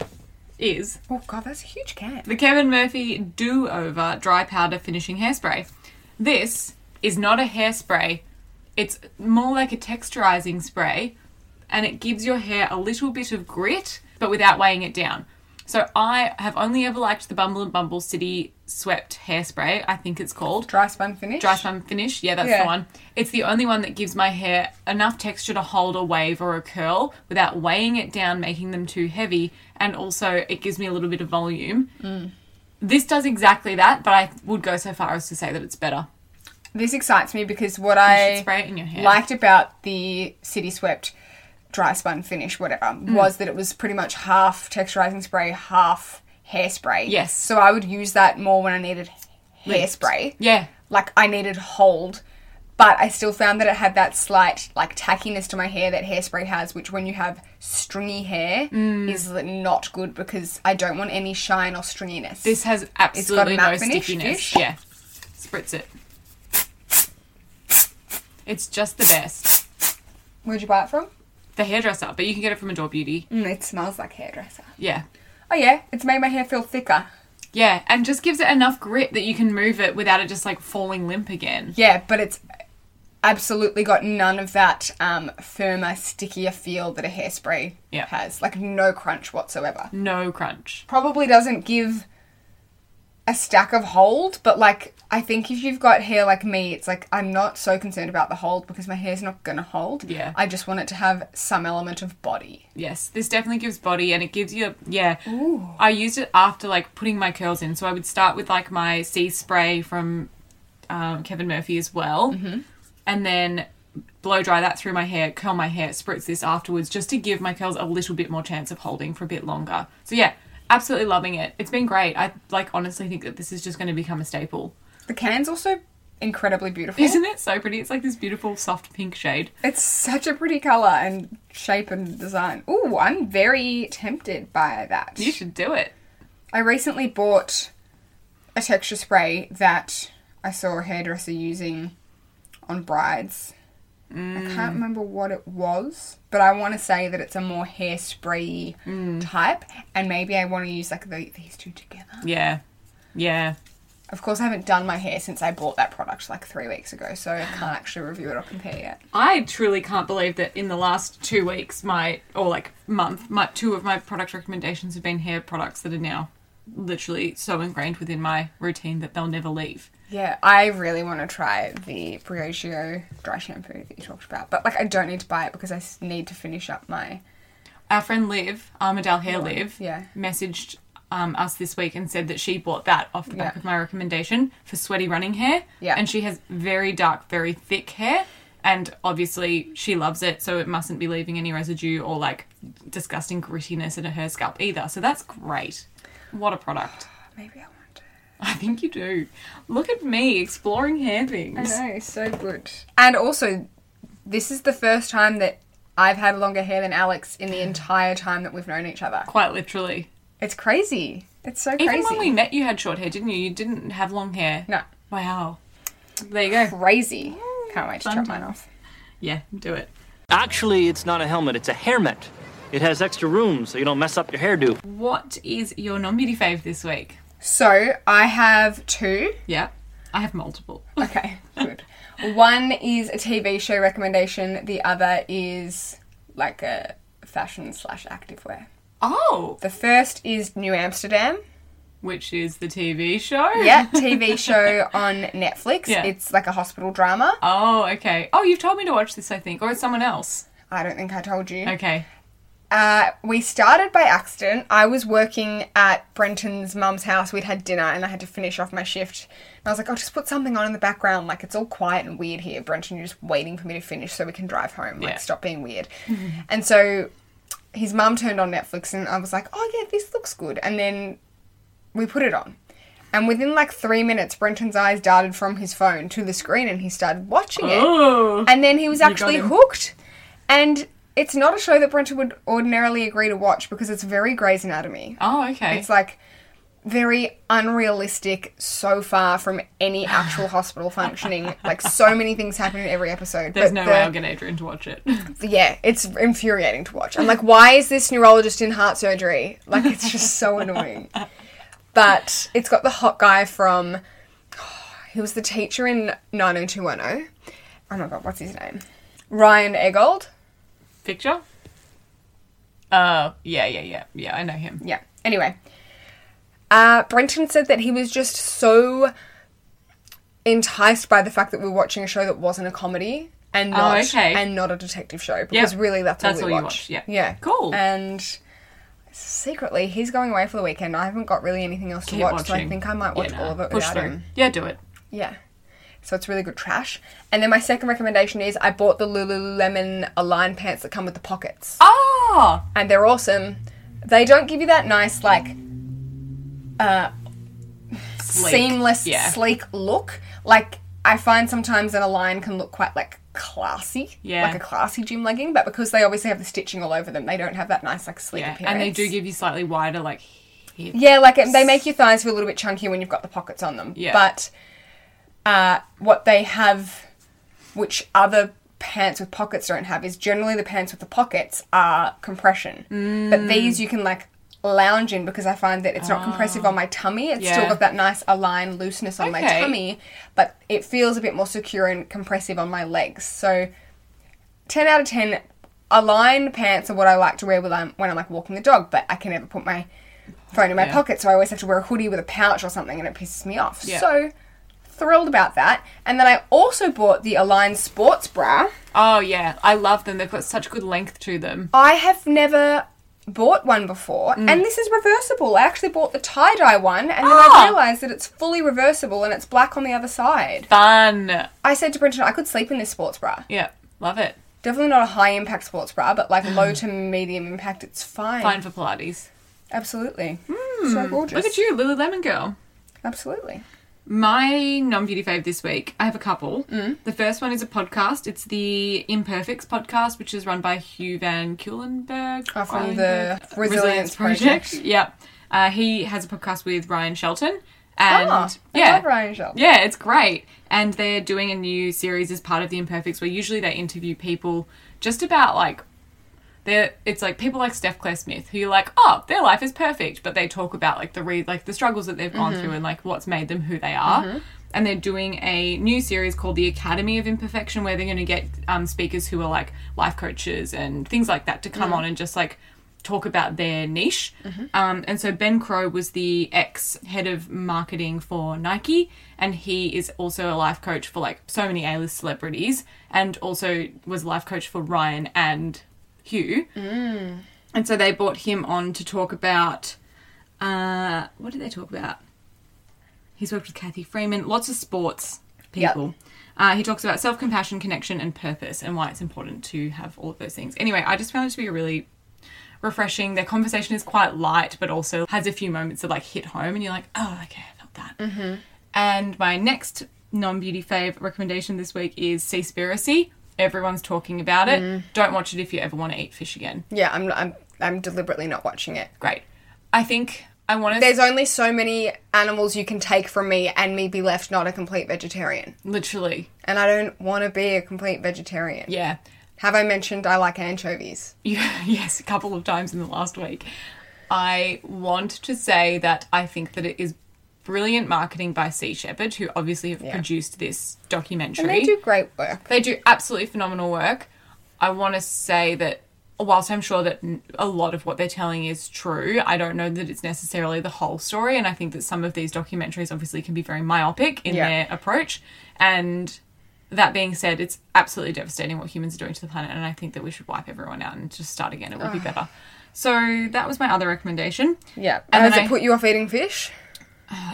S2: is
S1: Oh god, that's a huge can.
S2: the Kevin Murphy Do Over Dry Powder Finishing Hairspray. This is not a hairspray, it's more like a texturizing spray, and it gives your hair a little bit of grit but without weighing it down. So I have only ever liked the Bumble and Bumble City Swept Hairspray, I think it's called.
S1: Dry spun finish.
S2: Dry spun finish, yeah, that's
S1: Yeah.
S2: the one. It's the only one that gives my hair enough texture to hold a wave or a curl without weighing it down, making them too heavy, and also it gives me a little bit of volume.
S1: Mm.
S2: This does exactly that, but I would go so far as to say that it's better.
S1: This excites me because what
S2: should
S1: I
S2: spray it in your hair.
S1: liked about the City Swept dry spun finish, whatever,
S2: Mm.
S1: was that it was pretty much half texturizing spray, half hairspray.
S2: Yes.
S1: So I would use that more when I needed hairspray.
S2: Yeah.
S1: Like I needed hold. But I still found that it had that slight like tackiness to my hair that hairspray has, which when you have stringy hair is not good because I don't want any shine or stringiness.
S2: This has absolutely no
S1: matte finish,
S2: stickiness.
S1: dish.
S2: Yeah. Spritz it. It's just the best.
S1: Where'd you buy it from?
S2: the hairdresser, but you can get it from Adore Beauty.
S1: Mm, it smells like hairdresser.
S2: Yeah.
S1: Oh yeah, it's made my hair feel thicker.
S2: Yeah, and just gives it enough grit that you can move it without it just like falling limp again.
S1: Yeah, but it's absolutely got none of that um, firmer, stickier feel that a hairspray
S2: Yeah.
S1: has. Like no crunch whatsoever.
S2: No crunch.
S1: Probably doesn't give a stack of hold, but like I think if you've got hair like me, it's like I'm not so concerned about the hold because my hair's not gonna hold.
S2: Yeah.
S1: I just want it to have some element of body.
S2: Yes, this definitely gives body and it gives you, yeah. I used it after like putting my curls in. So I would start with like my sea spray from um, Kevin Murphy as well. And then blow dry that through my hair, curl my hair, spritz this afterwards just to give my curls a little bit more chance of holding for a bit longer. So yeah, absolutely loving it. It's been great. I like honestly think that this is just going to become a staple.
S1: The can's also incredibly beautiful.
S2: Isn't it so pretty? It's like this beautiful soft pink shade.
S1: It's such a pretty colour and shape and design. Ooh, I'm very tempted by that.
S2: You should do it.
S1: I recently bought a texture spray that I saw a hairdresser using on brides. I can't remember what it was, but I want to say that it's a more hairspray type, and maybe I want to use like the, these two together.
S2: Yeah. Yeah.
S1: Of course, I haven't done my hair since I bought that product like three weeks ago, so I can't actually review it or compare yet.
S2: I truly can't believe that in the last two weeks, my or like month, my two of my product recommendations have been hair products that are now literally so ingrained within my routine that they'll never leave.
S1: Yeah, I really want to try the Briogeo dry shampoo that you talked about, but like I don't need to buy it because I s- need to finish up my
S2: Our friend Liv, Armadale Hair Liv,
S1: yeah.
S2: messaged um, us this week and said that she bought that off the back
S1: Yeah.
S2: of my recommendation for sweaty running hair.
S1: Yeah.
S2: And she has very dark, very thick hair. And obviously, she loves it, so it mustn't be leaving any residue or like disgusting grittiness in her scalp either. So that's great. What a product.
S1: maybe I want to.
S2: I think you do. Look at me exploring hair things.
S1: I know, so good. And also, this is the first time that I've had longer hair than Alex in the entire time that we've known each other.
S2: Quite literally.
S1: It's crazy. It's so crazy.
S2: Even when we met, you had short hair, didn't you? You didn't have long hair.
S1: No.
S2: Wow. There you go.
S1: crazy. Can't wait to chop mine off.
S2: Yeah, do it.
S8: Actually, it's not a helmet, it's a hairnet. It has extra room so you don't mess up your hairdo.
S2: What is your non beauty fave this week?
S1: So I have two.
S2: Yeah. I have multiple.
S1: Okay, good. One is a TV show recommendation. The other is like a fashion slash activewear.
S2: Oh!
S1: The first is New Amsterdam.
S2: Which is the TV show?
S1: Yeah, TV show on Netflix.
S2: Yeah.
S1: It's like a hospital drama.
S2: Oh, okay. Oh, you've told me to watch this, I think, or it's someone else.
S1: I don't think I told you.
S2: Okay.
S1: Uh, we started by accident. I was working at Brenton's mum's house. We'd had dinner and I had to finish off my shift. And I was like, I'll just put something on in the background. Like, it's all quiet and weird here. Brenton, you're just waiting for me to finish so we can drive home. Like,
S2: Yeah.
S1: stop being weird. And so his mum turned on Netflix and I was like, oh, yeah, this looks good. And then we put it on. And within like three minutes, Brenton's eyes darted from his phone to the screen and he started watching it. And then he was actually
S2: him.
S1: hooked. And it's not a show that Brenton would ordinarily agree to watch because it's very Grey's Anatomy.
S2: Oh, okay.
S1: It's like very unrealistic, so far from any actual hospital functioning. Like so many things happen in every episode.
S2: There's
S1: but
S2: no
S1: the-
S2: way I'll get Adrian to watch it.
S1: Yeah, it's infuriating to watch. I'm like, why is this neurologist in heart surgery? Like, it's just so annoying. But it's got the hot guy from. He was the teacher in 90210. Oh my god, what's his name? Ryan Eggold.
S2: Picture? Oh, yeah, yeah, yeah. Yeah, I know him.
S1: Yeah. Anyway, uh, Brenton said that he was just so enticed by the fact that we were watching a show that wasn't a comedy and
S2: Oh,
S1: not
S2: okay.
S1: and not a detective show because really that's,
S2: That's
S1: all we
S2: all
S1: watch.
S2: you watch, yeah.
S1: Yeah.
S2: Cool.
S1: And secretly, he's going away for the weekend. I haven't got really anything else to
S2: Keep
S1: watch, so I
S2: watching.
S1: think I might watch
S2: Yeah,
S1: all of
S2: nah.
S1: it
S2: Push
S1: without
S2: through.
S1: him.
S2: Yeah, do it.
S1: Yeah. So it's really good trash. And then my second recommendation is I bought the Lululemon Align pants that come with the pockets
S2: Ah!
S1: and they're awesome. They don't give you that nice like uh seamless
S2: Yeah.
S1: sleek look. Like I find sometimes that a line can look quite like classy,
S2: Yeah.
S1: like a classy gym legging, but because they obviously have the stitching all over them, they don't have that nice like sleek
S2: Yeah.
S1: appearance.
S2: And they do give you slightly wider, like, hip.
S1: Yeah, like it, they make your thighs feel a little bit chunkier when you've got the pockets on them.
S2: Yeah.
S1: But uh, what they have, which other pants with pockets don't have is generally the pants with the pockets are compression. But these you can like lounge in because I find that it's not compressive on my tummy. It's still
S2: Yeah.
S1: got that nice aligned looseness on my
S2: Okay.
S1: tummy, but it feels a bit more secure and compressive on my legs. So 10 out of 10 aligned pants are what I like to wear when I'm, when I'm like walking the dog, but I can never put my phone in my pocket, so I always have to wear a hoodie with a pouch or something and it pisses me off.
S2: Yeah.
S1: So thrilled about that. And then I also bought the Align sports bra.
S2: Oh yeah, I love them. They've got such good length to them.
S1: I have never bought one before,
S2: Mm.
S1: and this is reversible. I actually bought the tie dye one, and then I
S2: Ah.
S1: realised that it's fully reversible and it's black on the other side.
S2: Fun.
S1: I said to Brenton, I could sleep in this sports bra.
S2: Yeah, love it.
S1: Definitely not a high impact sports bra, but like low to medium impact, it's fine.
S2: Mm. Fine for Pilates.
S1: Absolutely. So gorgeous.
S2: Look at you, Lululemon girl.
S1: Absolutely.
S2: My non beauty fave this week, I have a couple.
S1: Mm.
S2: The first one is a podcast. It's the Imperfects podcast, which is run by Hugh Van Kulenberg.
S1: Oh, from
S2: Kuilenberg?
S1: the Resilience Project.
S2: Yep. Uh, he has a podcast with Ryan Shelton. And
S1: Ah, I
S2: yeah,
S1: love Ryan Shelton.
S2: Yeah, it's great. And they're doing a new series as part of the Imperfects where usually they interview people just about like they're, it's like people like Steph Claire Smith who you're like, oh, their life is perfect, but they talk about like the re- like the struggles that they've gone through and like what's made them who they are. And they're doing a new series called the Academy of Imperfection, where they're going to get um, speakers who are like life coaches and things like that to come on and just like talk about their niche. Um, and so Ben Crow was the ex head of marketing for Nike, and he is also a life coach for like so many A list celebrities, and also was a life coach for Ryan and Hugh. And so they brought him on to talk about uh, what did they talk about? He's worked with Kathy Freeman, lots of sports
S1: Yep.
S2: people. Uh, he talks about self compassion, connection, and purpose, and why it's important to have all of those things. Anyway, I just found it to be a really refreshing. Their conversation is quite light, but also has a few moments of like hit home, and you're like, oh, okay, I felt that. Mm-hmm. And my next non beauty fave recommendation this week is Seaspiracy. Everyone's talking about it. Don't watch it if you ever want to eat fish again
S1: Yeah, I'm, I'm, I'm deliberately not watching it.
S2: great. I think I want to
S1: There's only so many animals you can take from me and me be left not a complete vegetarian.
S2: literally,
S1: And I don't want to be a complete vegetarian.
S2: yeah,
S1: Have I mentioned I like anchovies?
S2: You- yes, a couple of times in the last week. I want to say that I think that it is brilliant marketing by Sea Shepherd, who obviously have produced this documentary.
S1: And they do great work.
S2: They do absolutely phenomenal work. I want to say that whilst I'm sure that n- a lot of what they're telling is true, I don't know that it's necessarily the whole story. And I think that some of these documentaries obviously can be very myopic in
S1: Yeah.
S2: their approach. And that being said, it's absolutely devastating what humans are doing to the planet. And I think that we should wipe everyone out and just start again. It would be better. So that was my other recommendation.
S1: Yeah. And
S2: And
S1: Has
S2: then
S1: it
S2: I-
S1: put you off eating fish?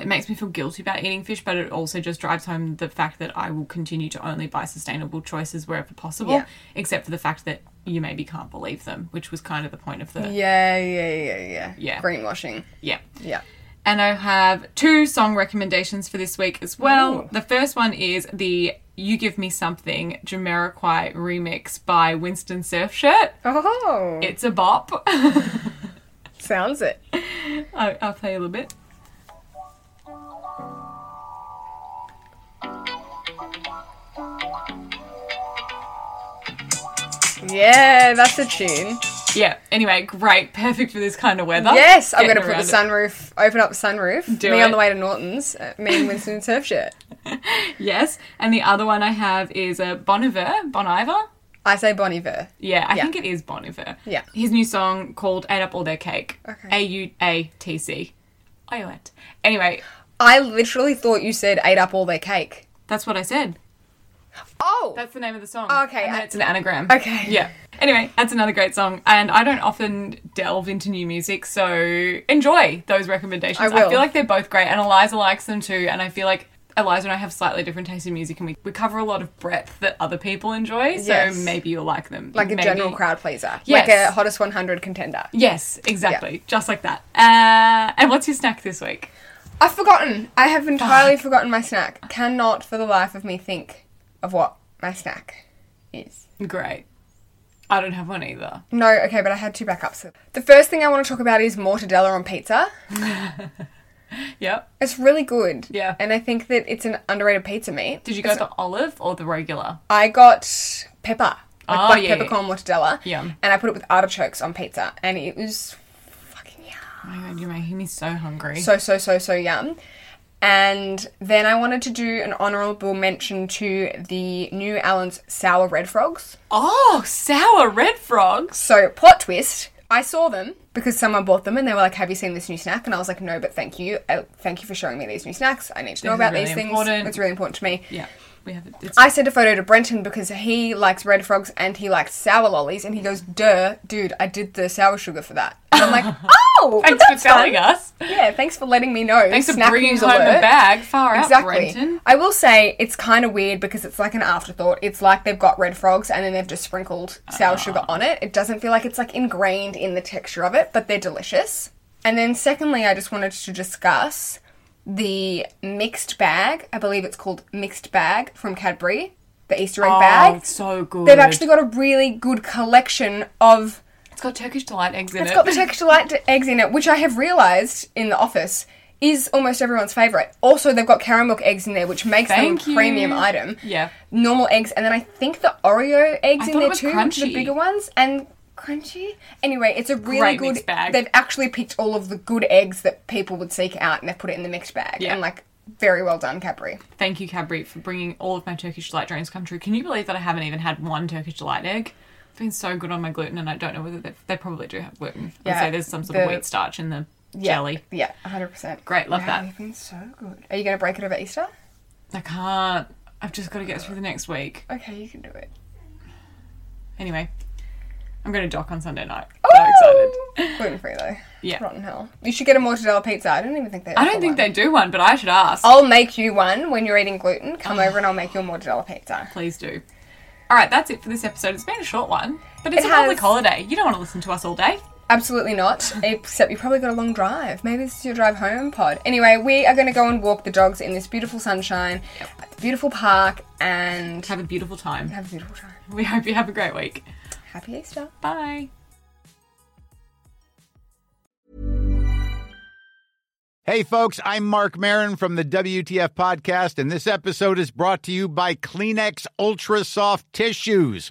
S2: It makes me feel guilty about eating fish, but it also just drives home the fact that I will continue to only buy sustainable choices wherever possible,
S1: Yeah.
S2: except for the fact that you maybe can't believe them, which was kind of the point of the. Yeah.
S1: Yeah, yeah, yeah, yeah.
S2: Yeah.
S1: Greenwashing. Yeah.
S2: And I have two song recommendations for this week as well. The first one is the You Give Me Something Jamiroquai remix by Winston Surfshirt.
S1: Oh,
S2: It's a bop.
S1: sounds it.
S2: I- I'll play a little bit.
S1: Yeah, that's a tune.
S2: Yeah. Anyway, great. Perfect for this kind of weather.
S1: Yes, I'm going
S2: Getting
S1: to put the
S2: around it.
S1: sunroof, open up the sunroof.
S2: Do
S1: me on
S2: it.
S1: the way to Norton's, uh, me and Winston in surf shirt.
S2: Yes, and the other one I have is a Bon Iver. Bon Iver.
S1: I say Bon Iver.
S2: Yeah, I think it is Bon Iver.
S1: Yeah.
S2: His new song called "Ate Up All Their Cake." Okay. A U A T C. Oilette. Anyway,
S1: I literally thought you said ate up all their cake.
S2: that's what I said.
S1: Oh!
S2: That's the name of the song.
S1: Okay,
S2: And
S1: I-
S2: then it's an anagram.
S1: Okay.
S2: Yeah. Anyway, that's another great song, and I don't often delve into new music, so enjoy those recommendations.
S1: I will.
S2: feel like they're both great, and Eliza likes them too, and I feel like. Eliza and I have slightly different tastes in music, and we, we cover a lot of breadth that other people enjoy. So
S1: Yes.
S2: maybe you'll like them.
S1: like a
S2: Maybe-
S1: general crowd pleaser. Like
S2: Yes.
S1: a hottest 100 contender.
S2: Yes, exactly. Just like that. Uh, and what's your snack this week?
S1: I've forgotten. I have entirely forgotten my snack. Cannot for the life of me think of what my snack is.
S2: Great. I don't have one either.
S1: No, okay, but I had two backups. The first thing I want to talk about is mortadella on pizza.
S2: Yep.
S1: It's really good.
S2: Yeah.
S1: And I think that it's an underrated pizza meat.
S2: Did you go for olive or the regular?
S1: I got pepper. Like
S2: Oh,
S1: black
S2: yeah, yeah.
S1: peppercorn mortadella.
S2: Yeah.
S1: And I put it with artichokes on pizza. And it was fucking yum.
S2: Oh my god, you're making me so hungry.
S1: So, so, so, so yum. And then I wanted to do an honourable mention to the new Allen's sour red frogs.
S2: oh, sour red frogs.
S1: So, plot twist. I saw them because someone bought them and they were like, Have you seen this new snack? And I was like, No, but thank you. I, thank you for showing me these new snacks. I need to know
S2: is
S1: about
S2: really
S1: these things.
S2: important.
S1: It's really important to me.
S2: Yeah, we have it. It's,
S1: I sent a photo to Brenton because he likes red frogs and he likes sour lollies, and he goes, "Duh, dude, I did the sour sugar for that." And I'm like, "Oh,
S2: thanks for
S1: that's fun."
S2: telling us.
S1: Yeah, thanks for letting me know.
S2: Thanks for
S1: Snack
S2: bringing
S1: news
S2: home the
S1: alert.
S2: bag. Far out,
S1: Exactly.
S2: Brenton.
S1: I will say it's kind of weird because it's like an afterthought. It's like they've got red frogs and then they've just sprinkled sour
S2: Ah.
S1: sugar on it. It doesn't feel like it's like ingrained in the texture of it, but they're delicious. And then secondly, I just wanted to discuss the mixed bag. I believe it's called mixed bag from Cadbury, the Easter egg
S2: Oh,
S1: bag.
S2: it's so good.
S1: They've actually got a really good collection of
S2: It's got Turkish delight eggs in
S1: it's
S2: it.
S1: got the texture light eggs in it, which I have realised in the office is almost everyone's favourite. Also, they've got caramel milk eggs in there, which makes
S2: Thank
S1: them a
S2: you.
S1: premium item.
S2: Yeah.
S1: Normal eggs, and then I think the Oreo eggs
S2: I
S1: in
S2: thought it
S1: there
S2: was
S1: too, which are
S2: crunchy.
S1: the bigger ones, and crunchy. Anyway, it's a really
S2: Great
S1: good
S2: mixed bag.
S1: They've actually picked all of the good eggs that people would seek out, and they've put it in the mixed bag.
S2: Yeah.
S1: And like, very well done, Cadbury.
S2: Thank you, Cadbury, for bringing all of my Turkish delight dreams come true. Can you believe that I haven't even had one Turkish delight egg? I've been so good on my gluten, and I don't know whether they, they probably do have gluten. I'd
S1: Yeah,
S2: say there's some sort of
S1: the-
S2: wheat starch in the
S1: Yeah,
S2: jelly.
S1: Yeah, 100%.
S2: Great, love that.
S1: They've been so good. Are you going to break it over Easter?
S2: I can't. I've just got to get through the next week.
S1: Okay, you can do it.
S2: Anyway, I'm going to dock on Sunday night. So excited.
S1: Gluten free though.
S2: Yeah.
S1: Rotten hell. You should get a mortadella pizza. I don't even think they.
S2: I don't think they do one, but I should ask.
S1: I'll make you one when you're eating gluten.
S2: Oh.
S1: Come over and I'll make you a mortadella pizza.
S2: Please do. All right, that's it for this episode. It's been a short one, but it's
S1: It
S2: a public
S1: has.
S2: holiday. You don't want to listen to us all day.
S1: Absolutely not. Except you probably got a long drive. Maybe this is your drive home pod. Anyway, we are going to go and walk the dogs in this beautiful sunshine, at the beautiful park, and
S2: Have a beautiful time.
S1: have a beautiful time.
S2: We hope you have a great week.
S1: Happy Easter.
S2: Bye.
S9: Hey, folks, I'm Mark Marin from the WTF Podcast, and this episode is brought to you by Kleenex Ultra Soft Tissues,